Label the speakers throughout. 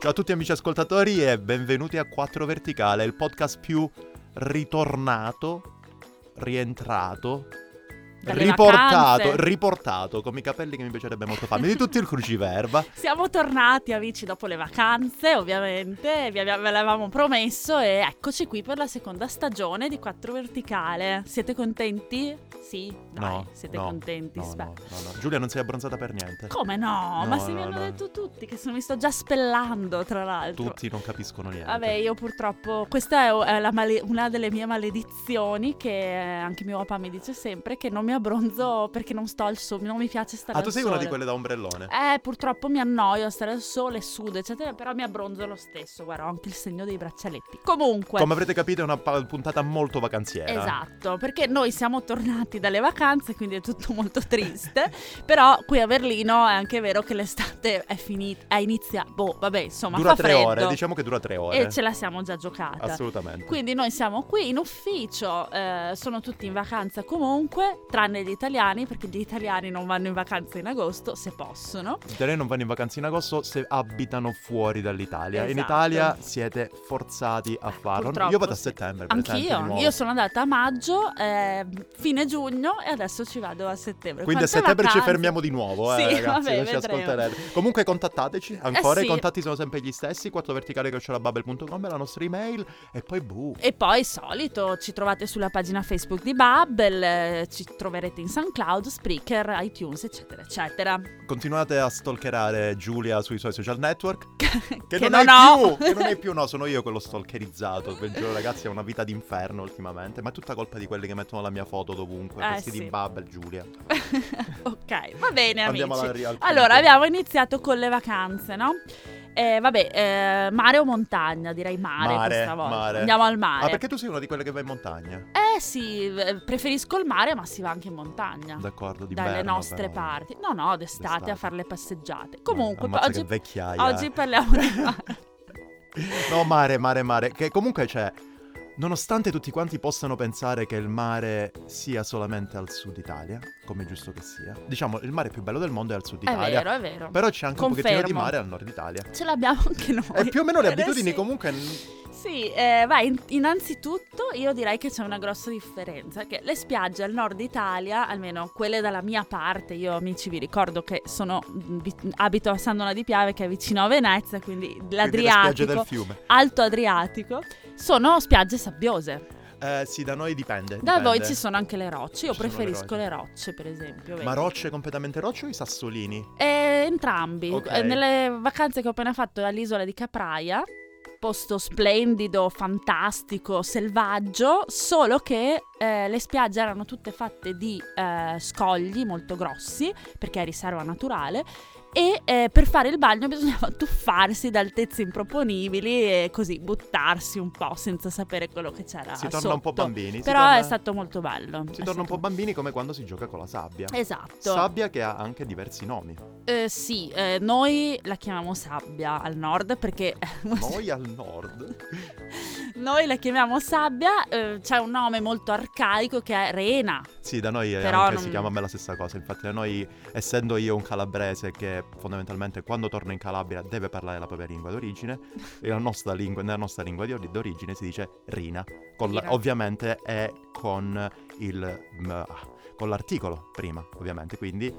Speaker 1: Ciao a tutti amici ascoltatori e benvenuti a 4 Verticale, il podcast più ritornato, rientrato,
Speaker 2: Dalle
Speaker 1: riportato,
Speaker 2: vacanze.
Speaker 1: riportato, con i capelli che mi piacerebbe molto farmi, di tutto il cruciverba.
Speaker 2: Siamo tornati amici dopo le vacanze, ovviamente, vi abbiamo- ve l'avevamo promesso e eccoci qui per la seconda stagione di 4 Verticale. Siete contenti? Sì, dai,
Speaker 1: no,
Speaker 2: siete
Speaker 1: no,
Speaker 2: contenti.
Speaker 1: No,
Speaker 2: Spe-
Speaker 1: no, no, no. Giulia non sei abbronzata per niente.
Speaker 2: Come no?
Speaker 1: No,
Speaker 2: Ma se
Speaker 1: no,
Speaker 2: mi
Speaker 1: no.
Speaker 2: hanno detto tutti che sono, mi sto già spellando, tra l'altro.
Speaker 1: Tutti non capiscono niente.
Speaker 2: Vabbè, io purtroppo, questa è è la male- una delle mie maledizioni che eh, anche mio papà mi dice sempre, che non mi abbronzo perché non sto al sole, non mi piace stare
Speaker 1: Ah,
Speaker 2: al
Speaker 1: tu
Speaker 2: sole.
Speaker 1: sei una di quelle da ombrellone.
Speaker 2: Eh, purtroppo mi annoio a stare al sole, sudo, eccetera, però mi abbronzo lo stesso, guarda, ho anche il segno dei braccialetti. Comunque,
Speaker 1: Come avrete capito è una pa- puntata molto vacanziera.
Speaker 2: esatto, perché noi siamo tornati dalle vacanze, quindi è tutto molto triste, però qui a Berlino è anche vero che l'estate è finita, è inizia, boh, vabbè, insomma,
Speaker 1: Dura
Speaker 2: fa
Speaker 1: tre
Speaker 2: freddo. Eh, certo.
Speaker 1: ore, diciamo che dura tre ore.
Speaker 2: E ce la siamo già giocata.
Speaker 1: Assolutamente.
Speaker 2: Quindi noi siamo qui in ufficio, eh, sono tutti in vacanza comunque, tranne gli italiani, perché gli italiani non vanno in vacanza in agosto se possono.
Speaker 1: Gli italiani non vanno in vacanza in agosto se abitano fuori dall'Italia. In
Speaker 2: Esatto.
Speaker 1: Italia siete forzati a farlo.
Speaker 2: purtroppo
Speaker 1: Io vado a
Speaker 2: sì.
Speaker 1: settembre, per esempio, di
Speaker 2: Anch'io,
Speaker 1: nuovo.
Speaker 2: io sono andata a maggio, eh, fine giugno e adesso ci vado a settembre.
Speaker 1: Quindi a
Speaker 2: Quante
Speaker 1: settembre ci
Speaker 2: vacanze?
Speaker 1: fermiamo di nuovo, eh,
Speaker 2: Sì,
Speaker 1: ragazzi,
Speaker 2: vabbè,
Speaker 1: non ci
Speaker 2: vedremo.
Speaker 1: ascolterete. Comunque contattateci ancora,
Speaker 2: Eh sì.
Speaker 1: i contatti sono sempre gli stessi, 4verticale.com è la nostra email e poi buh.
Speaker 2: E poi, solito, ci trovate sulla pagina Facebook di Bubble, eh, ci troverete in SoundCloud, Spreaker, iTunes, eccetera, eccetera.
Speaker 1: Continuate a stalkerare Giulia sui suoi social network. Che,
Speaker 2: non
Speaker 1: è
Speaker 2: ho.
Speaker 1: più, che non è più, no, sono io quello stalkerizzato. Ve lo giuro, ragazzi, è una vita d'inferno ultimamente. Ma è tutta colpa di quelli che mettono la mia foto dovunque.
Speaker 2: Eh,
Speaker 1: questi
Speaker 2: sì.
Speaker 1: di Bubble, Giulia.
Speaker 2: ok, va bene,
Speaker 1: Andiamo
Speaker 2: amici.
Speaker 1: alla real
Speaker 2: Allora,
Speaker 1: punto.
Speaker 2: abbiamo iniziato con le vacanze, no? Eh, vabbè, eh, mare o montagna? Direi mare,
Speaker 1: Mare,
Speaker 2: questa volta.
Speaker 1: mare.
Speaker 2: Andiamo al mare.
Speaker 1: Ah, perché tu sei una di quelle che va in montagna?
Speaker 2: Eh sì, eh, preferisco il mare, ma si va anche in montagna.
Speaker 1: D'accordo, di
Speaker 2: Ah, dalle
Speaker 1: Berna,
Speaker 2: nostre
Speaker 1: però.
Speaker 2: parti. No, no, d'estate,
Speaker 1: D'estate. Eh,
Speaker 2: a fare le passeggiate. Comunque,
Speaker 1: Ammazza
Speaker 2: oggi,
Speaker 1: che vecchiaia.
Speaker 2: oggi parliamo di mare.
Speaker 1: No, mare, mare, mare. Che comunque c'è. Nonostante tutti quanti possano pensare che il mare sia solamente al sud Italia, come è giusto che sia, diciamo il mare più bello del mondo è al sud
Speaker 2: È
Speaker 1: Italia.
Speaker 2: vero, è vero.
Speaker 1: Però c'è anche un pochettino di
Speaker 2: Confermo.
Speaker 1: mare al nord Italia.
Speaker 2: Ce l'abbiamo anche noi.
Speaker 1: E più o meno le
Speaker 2: Eh,
Speaker 1: abitudini
Speaker 2: sì.
Speaker 1: comunque. n-
Speaker 2: Sì, eh, vai, in- innanzitutto io direi che c'è una grossa differenza, che le spiagge al nord Italia, almeno quelle dalla mia parte, io amici vi ricordo che sono, vi- abito a Sandona di Piave che è vicino a Venezia, quindi
Speaker 1: Quindi le spiagge del
Speaker 2: l'Adriatico,
Speaker 1: fiume.
Speaker 2: Alto Adriatico, sono spiagge sabbiose.
Speaker 1: Eh, sì, da noi dipende.
Speaker 2: Da
Speaker 1: dipende.
Speaker 2: voi ci sono anche le rocce, io
Speaker 1: Ci sono le
Speaker 2: preferisco le rocce, per esempio. vedi.
Speaker 1: Ma rocce completamente rocce o i sassolini?
Speaker 2: Eh, entrambi.
Speaker 1: Ok.
Speaker 2: Eh, Nelle vacanze che ho appena fatto all'isola di Capraia, posto splendido, fantastico, selvaggio, solo che eh, le spiagge erano tutte fatte di eh, scogli molto grossi, perché è riserva naturale. E eh, per fare il bagno bisognava tuffarsi da altezze improponibili e così buttarsi un po' senza sapere quello che c'era.
Speaker 1: si torna
Speaker 2: Ah, sotto.
Speaker 1: un po' bambini. si
Speaker 2: Però
Speaker 1: torna-
Speaker 2: è stato molto bello.
Speaker 1: Si
Speaker 2: è
Speaker 1: torna un
Speaker 2: stato-
Speaker 1: po' bambini come quando si gioca con la sabbia.
Speaker 2: Esatto.
Speaker 1: Sabbia che ha anche diversi nomi.
Speaker 2: Eh, sì, eh, noi la chiamiamo sabbia al nord perché
Speaker 1: Noi al nord.
Speaker 2: noi la chiamiamo sabbia, eh, c'è un nome molto arcaico che è rena.
Speaker 1: Sì, da noi eh,
Speaker 2: Però
Speaker 1: anche
Speaker 2: non-
Speaker 1: si chiama a me la stessa cosa. Infatti, da noi, essendo io un calabrese che fondamentalmente quando torna in Calabria deve parlare la propria lingua d'origine, e la nostra lingua, nella nostra lingua di or- d'origine si dice Rina. Con la-
Speaker 2: Rina.
Speaker 1: ovviamente è con il m- ah, con l'articolo prima, ovviamente. Quindi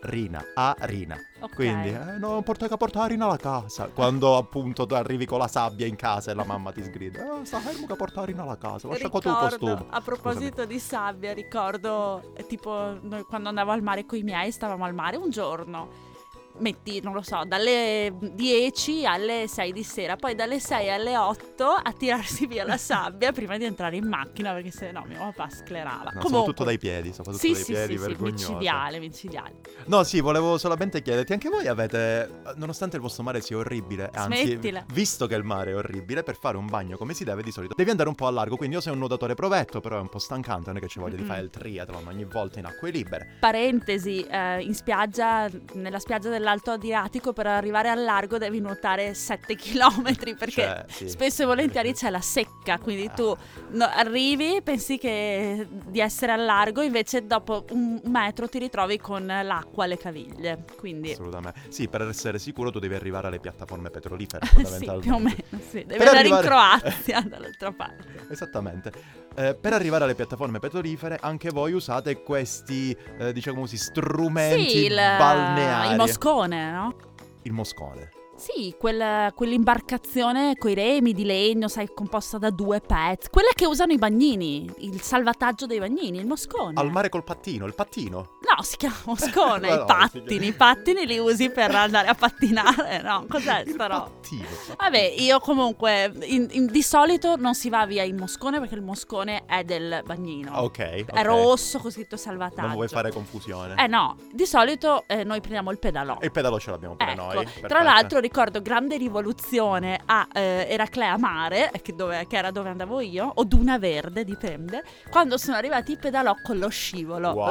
Speaker 1: Rina, a Rina.
Speaker 2: Ok.
Speaker 1: Quindi, eh, no, porta porta Rina alla casa. Quando appunto tu arrivi con la sabbia in casa e la mamma ti sgrida, eh, sta fermo che porta Rina alla casa, lascia qua tu il costume.
Speaker 2: Ricordo, a proposito di sabbia, ricordo eh, tipo noi quando andavo al mare con i miei, stavamo al mare un giorno. Metti, non lo so, dalle 10 alle 6 di sera, poi dalle 6 alle 8 a tirarsi via la sabbia prima di entrare in macchina perché se no mio papà sclerava.
Speaker 1: No,
Speaker 2: Ah, Comunque,
Speaker 1: soprattutto dai piedi, soprattutto
Speaker 2: sì,
Speaker 1: dai
Speaker 2: sì,
Speaker 1: piedi,
Speaker 2: sì, sì,
Speaker 1: vergognoso.
Speaker 2: micidiale, micidiale.
Speaker 1: No, sì, volevo solamente chiederti, anche voi avete, nonostante il vostro mare sia orribile, anzi,
Speaker 2: Smettila.
Speaker 1: visto che il mare è orribile, per fare un bagno come si deve di solito devi andare un po' a largo, quindi io sono un nuotatore provetto, però è un po' stancante, non è che ci voglia di
Speaker 2: Mm-mm.
Speaker 1: fare il triathlon ogni volta in acque libere.
Speaker 2: Parentesi, eh, in spiaggia, nella spiaggia del dall'Alto Adriatico per arrivare al largo devi nuotare 7 km perché
Speaker 1: Cioè, sì. Ah.
Speaker 2: spesso e volentieri c'è la secca, quindi tu no, arrivi, pensi che di essere al largo, invece dopo un metro ti ritrovi con l'acqua alle caviglie. Quindi
Speaker 1: Assolutamente. Sì, per essere sicuro tu devi arrivare alle piattaforme petrolifere,
Speaker 2: sì,
Speaker 1: fondamentalmente.
Speaker 2: più o meno, sì. devi
Speaker 1: Per
Speaker 2: andare in
Speaker 1: arrivare-
Speaker 2: Croazia dall'altra parte.
Speaker 1: Esattamente. Eh, per arrivare alle piattaforme petrolifere, anche voi usate questi, eh, diciamo così, strumenti
Speaker 2: Sì, il,
Speaker 1: balneari.
Speaker 2: il moscone, no?
Speaker 1: Il moscone.
Speaker 2: Sì, quella- quell'imbarcazione coi remi di legno, sai, composta da due pezzi. Quella che usano i bagnini, il salvataggio dei bagnini, il moscone.
Speaker 1: Al mare col pattino, il pattino.
Speaker 2: No, si chiama moscone,
Speaker 1: Ma no,
Speaker 2: i
Speaker 1: si
Speaker 2: pattini.
Speaker 1: chiama-
Speaker 2: I pattini li usi per andare a pattinare, no? Cos'è
Speaker 1: il
Speaker 2: sta roba?
Speaker 1: pattino.
Speaker 2: Vabbè, io comunque, in- in- di solito non si va via in moscone perché il moscone è del bagnino.
Speaker 1: Ah, Ok.
Speaker 2: È
Speaker 1: ok.
Speaker 2: rosso con scritto salvataggio.
Speaker 1: Non vuoi fare confusione.
Speaker 2: Eh no, di solito eh, noi prendiamo il pedalò.
Speaker 1: E il pedalo ce l'abbiamo pure
Speaker 2: Ecco,
Speaker 1: noi.
Speaker 2: tra
Speaker 1: perfetto.
Speaker 2: l'altro ricordo grande rivoluzione a eh, Eraclea Mare, eh, che, dove- che era dove andavo io, o Duna Verde, dipende, quando sono arrivati i pedalò con lo scivolo.
Speaker 1: Wow,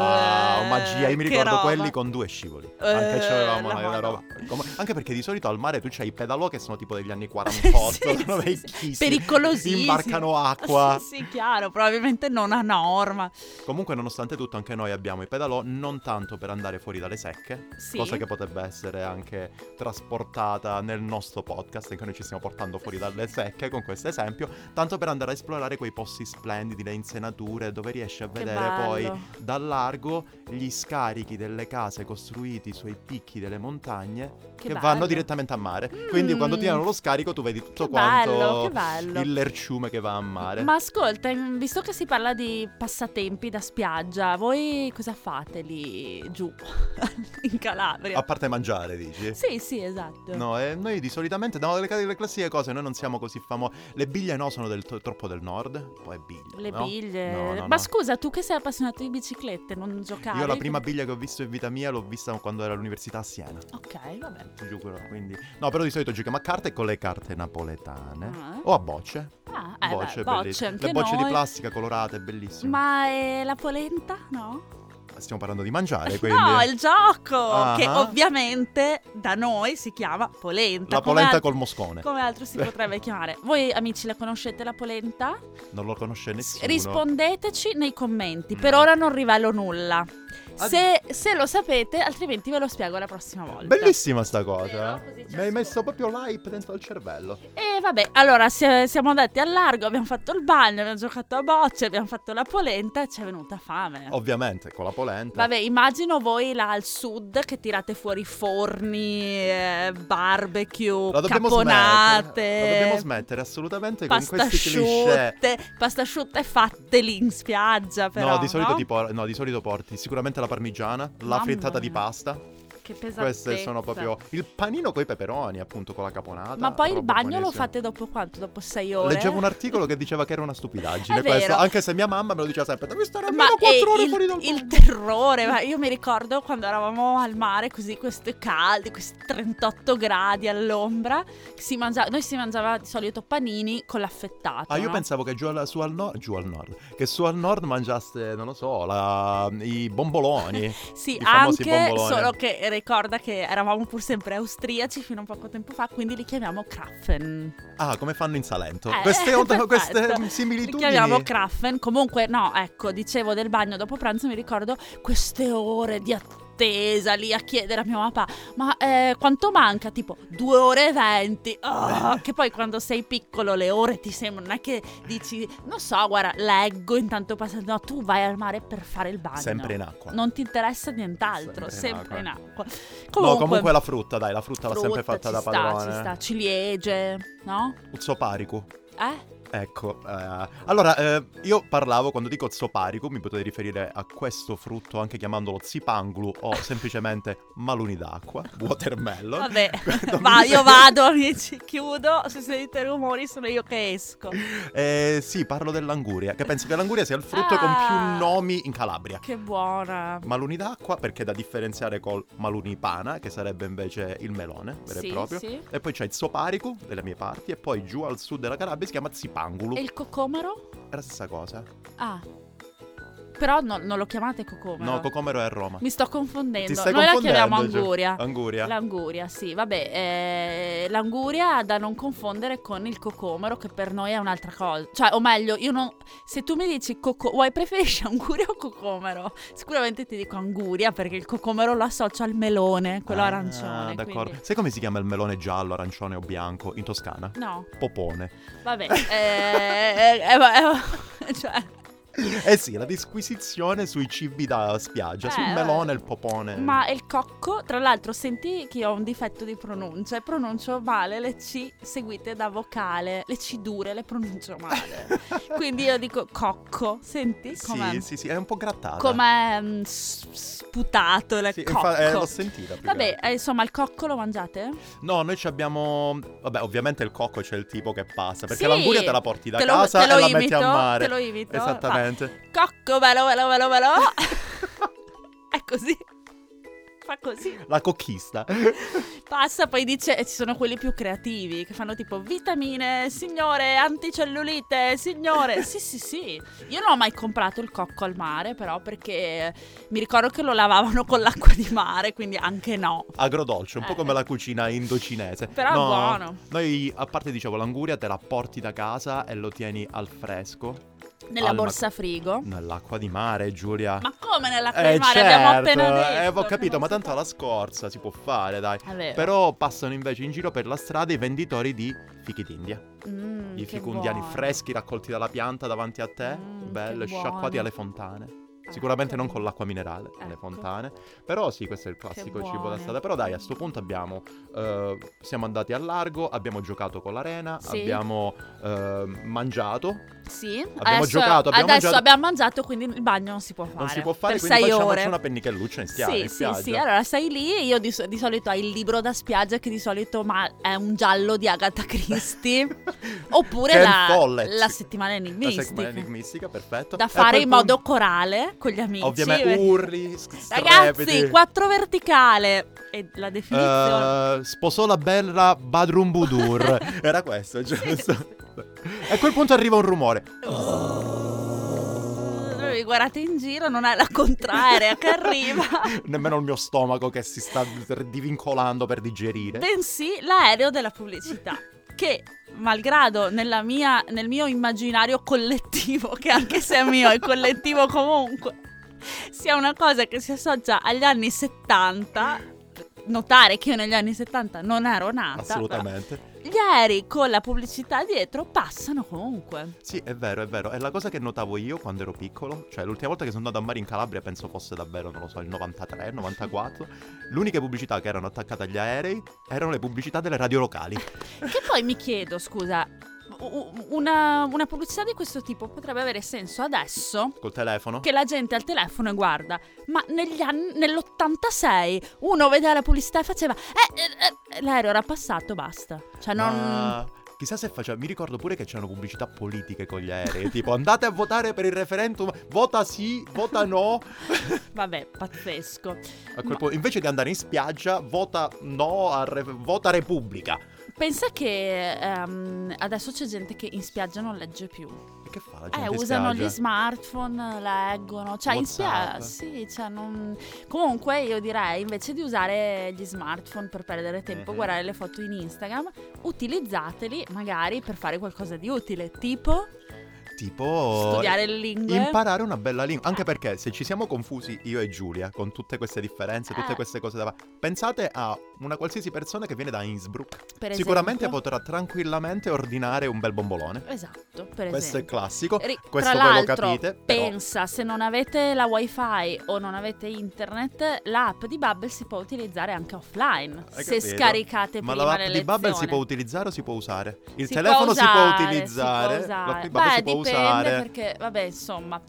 Speaker 2: Eh,
Speaker 1: magia. Io mi
Speaker 2: che
Speaker 1: ricordo
Speaker 2: roba.
Speaker 1: quelli con due scivoli.
Speaker 2: Eh,
Speaker 1: anche ci avevamo
Speaker 2: la
Speaker 1: una,
Speaker 2: madonna.
Speaker 1: roba. come- Anche perché di solito al mare tu c'hai i pedalò che sono tipo degli anni 48,
Speaker 2: Sì,
Speaker 1: sono
Speaker 2: sì, sì.
Speaker 1: vecchissimi.
Speaker 2: Pericolosissimi.
Speaker 1: Imbarcano acqua.
Speaker 2: Sì, sì, chiaro, probabilmente non a norma.
Speaker 1: Comunque, nonostante tutto, anche noi abbiamo i pedalò non tanto per andare fuori dalle secche,
Speaker 2: Sì.
Speaker 1: cosa che potrebbe essere anche trasportata nel nostro podcast, che noi ci stiamo portando fuori dalle secche con questo esempio, tanto per andare a esplorare quei posti splendidi, le insenature, dove riesci a
Speaker 2: Che
Speaker 1: vedere poi
Speaker 2: bello.
Speaker 1: dal largo gli scarichi delle case costruiti sui picchi delle montagne che, vanno
Speaker 2: bello.
Speaker 1: direttamente a mare. Quindi
Speaker 2: Mm.
Speaker 1: quando tirano lo scarico tu vedi tutto
Speaker 2: Che
Speaker 1: quanto
Speaker 2: bello, che bello.
Speaker 1: il lerciume che va a mare.
Speaker 2: Ma ascolta, in- visto che si parla di passatempi da spiaggia, voi cosa fate lì giù in Calabria?
Speaker 1: A parte mangiare, dici?
Speaker 2: Sì, sì, esatto.
Speaker 1: No, eh, noi di solitamente no, le, le classiche cose, noi non siamo così famosi. Le biglie no sono del to- troppo del nord, poi biglie.
Speaker 2: Le
Speaker 1: no?
Speaker 2: biglie.
Speaker 1: No, no,
Speaker 2: Ma
Speaker 1: no.
Speaker 2: scusa, tu che sei appassionato di biciclette, non giocavi?
Speaker 1: Io la prima biglia che ho visto in vita mia l'ho vista quando ero all'università a Siena,
Speaker 2: Ok, va bene.
Speaker 1: ti giuro. Quindi... No, però di solito giochiamo a carte con le carte napoletane.
Speaker 2: Ah,
Speaker 1: O a bocce.
Speaker 2: Ah, eh,
Speaker 1: bocce,
Speaker 2: beh, bocce
Speaker 1: bellissime.
Speaker 2: anche
Speaker 1: Le bocce di
Speaker 2: noi.
Speaker 1: plastica colorate, bellissime. Ah,
Speaker 2: Ma eh, la polenta? No?
Speaker 1: Stiamo parlando di mangiare, quindi.
Speaker 2: No, il gioco!
Speaker 1: Ah.
Speaker 2: Che ovviamente da noi si chiama polenta.
Speaker 1: La
Speaker 2: come
Speaker 1: polenta
Speaker 2: al-
Speaker 1: col moscone.
Speaker 2: Come altro si potrebbe chiamare? Voi amici la conoscete la polenta?
Speaker 1: Non lo conosce nessuno.
Speaker 2: Rispondeteci nei commenti. Per
Speaker 1: No.
Speaker 2: ora non rivelo nulla.
Speaker 1: Ah.
Speaker 2: Se, se lo sapete, altrimenti ve lo spiego la prossima volta.
Speaker 1: Bellissima sta cosa.
Speaker 2: Vero? Così ci Eh.
Speaker 1: Mi hai messo
Speaker 2: ascolti.
Speaker 1: proprio l'hype dentro al cervello.
Speaker 2: E vabbè, allora si- siamo andati al largo, abbiamo fatto il bagno, abbiamo giocato a bocce, abbiamo fatto la polenta e ci è venuta
Speaker 1: Oh,
Speaker 2: fame.
Speaker 1: Ovviamente, con la polenta.
Speaker 2: Vabbè, immagino voi là al sud che tirate fuori forni, eh, barbecue,
Speaker 1: La dobbiamo smettere. La dobbiamo
Speaker 2: caponate,
Speaker 1: smettere assolutamente con
Speaker 2: pasta
Speaker 1: questi cliché.
Speaker 2: asciutte, pasta asciutta e fatte lì in spiaggia però,
Speaker 1: no, di solito ti por- no, di solito porti sicuramente la parmigiana, la
Speaker 2: Mamma
Speaker 1: frittata di
Speaker 2: mia.
Speaker 1: pasta.
Speaker 2: Che pesantezza.
Speaker 1: Queste sono proprio il panino con i peperoni, appunto, con la caponata.
Speaker 2: Ma poi il
Speaker 1: roba
Speaker 2: bagno lo
Speaker 1: buonissima.
Speaker 2: fate dopo quanto? Dopo sei ore?
Speaker 1: Leggevo un articolo che diceva che era una stupidaggine
Speaker 2: È
Speaker 1: questo,
Speaker 2: vero.
Speaker 1: anche se mia mamma me lo diceva sempre, devi stare
Speaker 2: Ma
Speaker 1: almeno
Speaker 2: eh,
Speaker 1: 4 ore
Speaker 2: il,
Speaker 1: fuori dal bagno.
Speaker 2: il terrore, ma io mi ricordo quando eravamo al mare così questi caldi, questi 38 gradi all'ombra, si mangia- noi si mangiava di solito panini con l'affettato.
Speaker 1: Ah, io
Speaker 2: no?
Speaker 1: pensavo che giù al, su al nord, giù al nord, che su al nord mangiaste, non lo so, la- i bomboloni.
Speaker 2: Sì,
Speaker 1: i famosi
Speaker 2: anche
Speaker 1: bomboloni.
Speaker 2: solo che ricorda che eravamo pur sempre austriaci fino a poco tempo fa, quindi li chiamiamo Krapfen.
Speaker 1: ah, come fanno in Salento.
Speaker 2: Eh,
Speaker 1: queste,
Speaker 2: perfetto.
Speaker 1: queste
Speaker 2: Li
Speaker 1: similitudini.
Speaker 2: chiamiamo Kraffen. Comunque, no, ecco, dicevo del bagno dopo pranzo, mi ricordo queste ore di attesa lì a chiedere a mio papà, ma eh, quanto manca? Tipo due ore e venti. Oh, che poi quando sei piccolo le ore ti sembrano, non è che dici, non so, guarda, leggo intanto passando. No, tu vai al mare per fare il bagno.
Speaker 1: Sempre in acqua.
Speaker 2: Non ti interessa
Speaker 1: Sempre
Speaker 2: nient'altro, sempre
Speaker 1: in
Speaker 2: in acqua.
Speaker 1: no, comunque la frutta, dai, la frutta, l'ha sempre
Speaker 2: frutta
Speaker 1: fatta
Speaker 2: ci
Speaker 1: da
Speaker 2: sta,
Speaker 1: padrone. eh.
Speaker 2: Ci sta, ciliegie, no?
Speaker 1: Zoparico.
Speaker 2: Eh?
Speaker 1: Ecco, eh, allora eh, io parlavo quando dico zoparico, mi potete riferire a questo frutto anche chiamandolo zipanglu o semplicemente maluni d'acqua, watermelon.
Speaker 2: Vabbè,
Speaker 1: Quando
Speaker 2: va,
Speaker 1: mi-
Speaker 2: io vado, amici, chiudo. Se sentite rumori, sono io che esco.
Speaker 1: Eh, sì, parlo dell'anguria, che penso che l'anguria sia il frutto con
Speaker 2: Ah.
Speaker 1: più nomi in Calabria.
Speaker 2: Che buona.
Speaker 1: Maluni d'acqua perché è da differenziare col maluni pana, che sarebbe invece il melone vero e
Speaker 2: Sì,
Speaker 1: proprio.
Speaker 2: sì.
Speaker 1: E poi c'è il zoparico delle mie parti e poi giù al Uh. sud della Calabria si chiama zipangulu.
Speaker 2: E il cocomero?
Speaker 1: È la stessa cosa.
Speaker 2: Ah, Però no- non lo chiamate cocomero.
Speaker 1: No, Cocomero è a Roma.
Speaker 2: Mi sto confondendo.
Speaker 1: Ti stai
Speaker 2: Noi la
Speaker 1: confondendo,
Speaker 2: chiamiamo
Speaker 1: Gio-
Speaker 2: Anguria.
Speaker 1: Anguria.
Speaker 2: L'anguria, sì, vabbè, eh, l'anguria da non confondere con il cocomero che per noi è un'altra cosa. Cioè, o meglio, io non se tu mi dici coco, vuoi preferisci anguria o cocomero? Sicuramente ti dico anguria perché il cocomero lo associo al melone, quello
Speaker 1: Ah,
Speaker 2: arancione,
Speaker 1: D'accordo.
Speaker 2: quindi-
Speaker 1: Sai come si chiama il melone giallo, arancione o bianco in Toscana?
Speaker 2: No,
Speaker 1: Popone.
Speaker 2: vabbè, eh, eh, eh, eh, cioè,
Speaker 1: Eh sì, la disquisizione sui cibi da spiaggia, sul
Speaker 2: Eh,
Speaker 1: melone e il popone.
Speaker 2: ma è il cocco, tra l'altro senti che io ho un difetto di pronuncia e pronuncio male le C seguite da vocale, le C dure le pronuncio male. Quindi io dico cocco, senti
Speaker 1: Sì,
Speaker 2: com'è?
Speaker 1: sì, sì, è un po' grattata.
Speaker 2: Com'è mm, s- sputato le
Speaker 1: Sì,
Speaker 2: cocco.
Speaker 1: infa- eh, l'ho sentita. più che altro.
Speaker 2: Vabbè, eh, insomma, il cocco lo mangiate?
Speaker 1: No, noi ci abbiamo. Vabbè, ovviamente il cocco c'è il tipo che passa. Perché
Speaker 2: Sì.
Speaker 1: l'anguria te la porti da
Speaker 2: Te lo-
Speaker 1: casa
Speaker 2: te lo
Speaker 1: e la
Speaker 2: imito,
Speaker 1: metti a mare.
Speaker 2: te lo imito, Ah.
Speaker 1: Esattamente.
Speaker 2: Cocco, velo, velo, velo, velo. È così. Fa così.
Speaker 1: La cocchista.
Speaker 2: Passa, poi dice, e ci sono quelli più creativi che fanno tipo vitamine, signore, anticellulite, signore. Sì, sì, sì. Io non ho mai comprato il cocco al mare, però, perché mi ricordo che lo lavavano con l'acqua di mare, quindi anche no.
Speaker 1: Agrodolce, un po'
Speaker 2: Eh.
Speaker 1: come la cucina indocinese.
Speaker 2: Però è
Speaker 1: no,
Speaker 2: buono.
Speaker 1: Noi, a parte, dicevo, l'anguria te la porti da casa e lo tieni al fresco.
Speaker 2: Nella
Speaker 1: Al mac-
Speaker 2: borsa frigo.
Speaker 1: Nell'acqua di mare, Giulia.
Speaker 2: Ma come nella
Speaker 1: eh,
Speaker 2: cremare?
Speaker 1: certo.
Speaker 2: Abbiamo appena detto.
Speaker 1: Eh, ho
Speaker 2: che
Speaker 1: capito,
Speaker 2: non
Speaker 1: ma
Speaker 2: si
Speaker 1: tanto
Speaker 2: può.
Speaker 1: la scorza si puè fare, dai.
Speaker 2: È vero.
Speaker 1: Però passano invece in giro per la strada i venditori di fichi d'India.
Speaker 2: Mm,
Speaker 1: I
Speaker 2: che
Speaker 1: ficundiani
Speaker 2: buono.
Speaker 1: freschi raccolti dalla pianta davanti a te,
Speaker 2: Mm, che
Speaker 1: belli,
Speaker 2: buono.
Speaker 1: sciacquati alle fontane. Sicuramente non con
Speaker 2: Ecco.
Speaker 1: l'acqua minerale, alle
Speaker 2: Ecco.
Speaker 1: fontane. Però sì, questo è il classico cibo da
Speaker 2: buone.
Speaker 1: strada. Però dai, a sto punto abbiamo. eh, siamo andati al largo, abbiamo giocato con l'arena,
Speaker 2: Sì.
Speaker 1: abbiamo eh, mangiato.
Speaker 2: Sì, abbiamo
Speaker 1: giocato, abbiamo
Speaker 2: adesso
Speaker 1: mangiato-
Speaker 2: abbiamo mangiato, quindi il bagno non si può fare.
Speaker 1: Non si può fare,
Speaker 2: per
Speaker 1: quindi
Speaker 2: sei
Speaker 1: facciamoci
Speaker 2: ore.
Speaker 1: una pennichelluccia in, stia- in
Speaker 2: sì,
Speaker 1: spiaggia.
Speaker 2: sì, sì. Allora sei lì. Io di, di solito hai il libro da spiaggia, che di solito ma- è un giallo di Agatha
Speaker 1: Eh,
Speaker 2: Christie. Oppure
Speaker 1: Ken
Speaker 2: la,
Speaker 1: Follett.
Speaker 2: la settimana enigmistica.
Speaker 1: La settimana enigmistica, perfetto. E
Speaker 2: Da
Speaker 1: a
Speaker 2: fare
Speaker 1: quel
Speaker 2: in modo
Speaker 1: punto,
Speaker 2: corale con gli amici.
Speaker 1: Ovviamente
Speaker 2: perché-
Speaker 1: urli, s-
Speaker 2: Ragazzi,
Speaker 1: strepiti.
Speaker 2: quattro verticale. E la definizione.
Speaker 1: Eh, sposò la bella Badrum Budur. Era questo, giusto? E a quel punto arriva un rumore.
Speaker 2: Vi guardate in giro, non è la contraria che arriva,
Speaker 1: Nemmeno il mio stomaco che si sta divincolando per digerire.
Speaker 2: bensì l'aereo della pubblicità. Che, malgrado nella mia- nel mio immaginario collettivo, che anche se è mio, è collettivo comunque, sia una cosa che si associa agli anni 70. Notare che io negli anni 70 non ero nata.
Speaker 1: Assolutamente.
Speaker 2: però Gli aerei con la pubblicità dietro passano comunque.
Speaker 1: Sì, è vero, è vero. È la cosa che notavo io quando ero piccolo. Cioè, l'ultima volta che sono andato a mare in Calabria, penso fosse davvero, non lo so, il 93, 94. L'unica pubblicità che erano attaccate agli aerei erano le pubblicità delle radio locali.
Speaker 2: Che poi mi chiedo, scusa, u- u- una, una pubblicità di questo tipo potrebbe avere senso adesso
Speaker 1: Col telefono.
Speaker 2: che la gente al telefono e guarda, ma negli anni, nell'86 uno vedeva la pubblicità e faceva, eh, eh, eh, l'aereo era passato, basta. Cioè non...
Speaker 1: Ma Chissà se faceva. Mi ricordo pure che c'erano pubblicità politiche con gli aerei. tipo, andate a votare per il referendum. Vota sì, vota no.
Speaker 2: Vabbè, pazzesco.
Speaker 1: A quel punto, invece di andare in spiaggia, vota no, a re- vota Repubblica.
Speaker 2: Pensa che ehm, adesso c'è gente che in spiaggia non legge più.
Speaker 1: E che fa la gente?
Speaker 2: Eh,
Speaker 1: in
Speaker 2: usano
Speaker 1: spiaggia?
Speaker 2: gli smartphone, leggono, cioè in
Speaker 1: WhatsApp.
Speaker 2: spiaggia, sì, cioè non... Comunque io direi invece di usare gli smartphone per perdere tempo,
Speaker 1: Mhm.
Speaker 2: guardare le foto in Instagram, utilizzateli magari per fare qualcosa di utile, tipo
Speaker 1: Tipo.
Speaker 2: studiare le lingue.
Speaker 1: Imparare una bella lingua, anche perché se ci siamo confusi io e Giulia con tutte queste differenze, tutte
Speaker 2: Eh.
Speaker 1: queste cose da fare, pensate a una qualsiasi persona che viene da Innsbruck.
Speaker 2: per
Speaker 1: Sicuramente
Speaker 2: esempio.
Speaker 1: potrà tranquillamente ordinare un bel bombolone.
Speaker 2: Esatto, per
Speaker 1: Questo è
Speaker 2: esempio.
Speaker 1: classico,
Speaker 2: Ri-
Speaker 1: questo
Speaker 2: Tra
Speaker 1: voi lo
Speaker 2: l'altro,
Speaker 1: capite. però-
Speaker 2: pensa, se non avete la wifi o non avete internet, l'app di Bubble si può utilizzare anche offline.
Speaker 1: Hai
Speaker 2: Se
Speaker 1: capito?
Speaker 2: scaricate
Speaker 1: Ma
Speaker 2: prima
Speaker 1: l'app
Speaker 2: le
Speaker 1: di Bubble si
Speaker 2: lezioni.
Speaker 1: può utilizzare o si può usare? Il
Speaker 2: Si
Speaker 1: telefono si può
Speaker 2: usare,
Speaker 1: utilizzare,
Speaker 2: si può
Speaker 1: l'app
Speaker 2: usare.
Speaker 1: di Bubble
Speaker 2: Beh,
Speaker 1: si può
Speaker 2: dipende
Speaker 1: usare.
Speaker 2: perché, vabbè, insomma.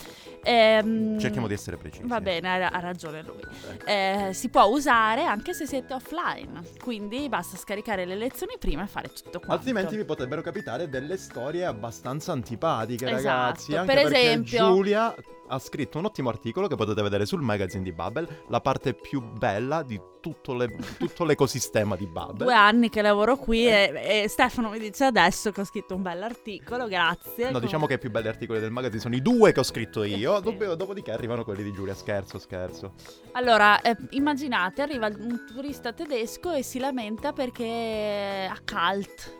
Speaker 2: Ehm,
Speaker 1: Cerchiamo di essere precisi.
Speaker 2: Va bene, ha, ha ragione lui. Eh, si può usare anche se siete offline, quindi basta scaricare le lezioni prima e fare tutto quanto.
Speaker 1: Altrimenti vi potrebbero capitare delle storie abbastanza antipatiche,
Speaker 2: Esatto.
Speaker 1: ragazzi. Anche
Speaker 2: Per
Speaker 1: perché
Speaker 2: esempio-
Speaker 1: Giulia ha scritto un ottimo articolo che potete vedere sul magazine di Bubble, la parte più bella di tutto, le- tutto l'ecosistema di
Speaker 2: Due
Speaker 1: Bubble.
Speaker 2: anni che lavoro qui
Speaker 1: Eh.
Speaker 2: e, e Stefano mi dice adesso che ho scritto un bell'articolo, grazie.
Speaker 1: No, diciamo che i più belli articoli del magazine sono i due che ho scritto io,
Speaker 2: ecco. Sì.
Speaker 1: dopo- dopodiché arrivano quelli di Giulia, scherzo, scherzo.
Speaker 2: Allora, eh, immaginate, arriva un turista tedesco e si lamenta perché ha cult.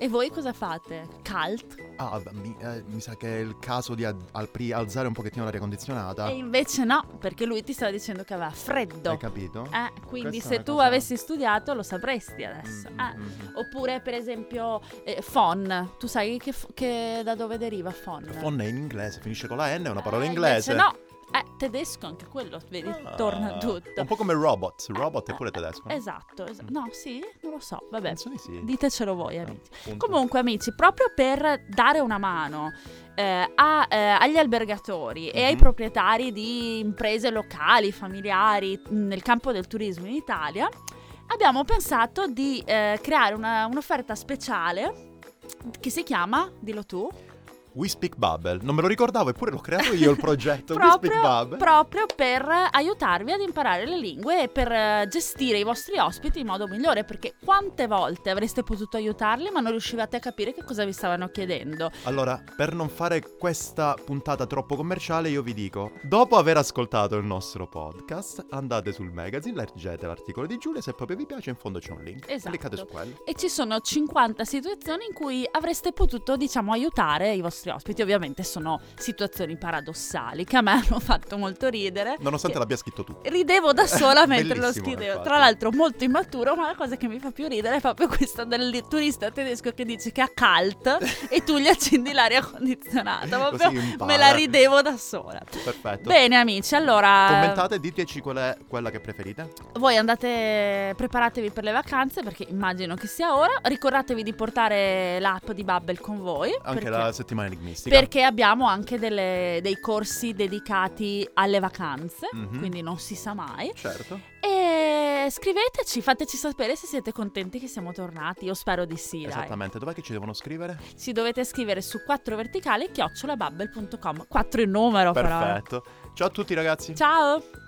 Speaker 2: E voi cosa fate? Cult?
Speaker 1: Ah, beh, mi, eh, mi sa che è il caso di ad- alpri- alzare un pochettino l'aria condizionata.
Speaker 2: E invece no, perché lui ti stava dicendo che aveva freddo.
Speaker 1: Ah. Hai capito?
Speaker 2: Eh, quindi
Speaker 1: Questa è
Speaker 2: se
Speaker 1: una
Speaker 2: tu
Speaker 1: cosa-
Speaker 2: avessi studiato lo sapresti adesso.
Speaker 1: Mm,
Speaker 2: Eh.
Speaker 1: mm, mm.
Speaker 2: Oppure, per esempio, eh, fon. Tu sai che f- che- da dove deriva fon?
Speaker 1: Fon è in inglese, finisce con la N, è una parola
Speaker 2: Eh,
Speaker 1: inglese.
Speaker 2: invece no, eh, tedesco anche quello, vedi,
Speaker 1: Ah,
Speaker 2: torna tutto.
Speaker 1: Un po' come robot, robot
Speaker 2: Eh,
Speaker 1: è pure
Speaker 2: eh,
Speaker 1: tedesco.
Speaker 2: Esatto, esa- no, sì, non lo so, vabbè,
Speaker 1: Penso di sì.
Speaker 2: ditecelo voi
Speaker 1: Eh,
Speaker 2: amici.
Speaker 1: appunto.
Speaker 2: Comunque amici, proprio per dare una mano eh, a, eh, agli albergatori e ai
Speaker 1: Mhm.
Speaker 2: proprietari di imprese locali, familiari mh, nel campo del turismo in Italia, abbiamo pensato di eh, creare una- un'offerta speciale che si chiama, dillo tu,
Speaker 1: We Speak Bubble. Non me lo ricordavo, eppure l'ho creato io il progetto We Speak
Speaker 2: proprio,
Speaker 1: Bubble.
Speaker 2: proprio per aiutarvi ad imparare le lingue e per eh, gestire i vostri ospiti in modo migliore, perché quante volte avreste potuto aiutarli ma non riuscivate a capire che cosa vi stavano chiedendo.
Speaker 1: Allora, per non fare questa puntata troppo commerciale, io vi dico: dopo aver ascoltato il nostro podcast, andate sul magazine, leggete l'articolo di Giulia. Se proprio vi piace, in fondo c'è un link.
Speaker 2: Esatto.
Speaker 1: Cliccate su quello.
Speaker 2: E ci sono 50 situazioni in cui avreste potuto, diciamo, aiutare i vostri ospiti. Ovviamente sono situazioni paradossali che a me hanno fatto molto ridere.
Speaker 1: Nonostante
Speaker 2: Che-
Speaker 1: l'abbia scritto tu.
Speaker 2: Ridevo da sola mentre lo
Speaker 1: Bellissimo,
Speaker 2: scrivevo.
Speaker 1: infatti.
Speaker 2: Tra l'altro, molto immaturo, ma la cosa che mi fa più ridere è proprio questa del turista tedesco che dice che ha cult e tu gli accendi l'aria condizionata. Proprio
Speaker 1: Così impara.
Speaker 2: Ah, me la ridevo ah, da sola.
Speaker 1: Perfetto.
Speaker 2: Bene, amici, allora
Speaker 1: Commentate e diteci qual è quella che preferite.
Speaker 2: voi andate, preparatevi per le vacanze perché immagino che sia ora. Ricordatevi di portare l'app di Bubble con voi.
Speaker 1: Anche
Speaker 2: perché...
Speaker 1: la settimana enigmistica.
Speaker 2: Perché abbiamo anche delle- dei corsi dedicati alle vacanze,
Speaker 1: Mhm.
Speaker 2: quindi non si sa mai.
Speaker 1: Certo.
Speaker 2: E scriveteci, fateci sapere se siete contenti che siamo tornati. Io spero di sì. Dai.
Speaker 1: Esattamente. Dov'è che ci devono scrivere?
Speaker 2: Ci dovete scrivere su 4 verticale chiocciolabubble.com. 4 in numero, però.
Speaker 1: Perfetto. Ciao a tutti, ragazzi.
Speaker 2: Ciao!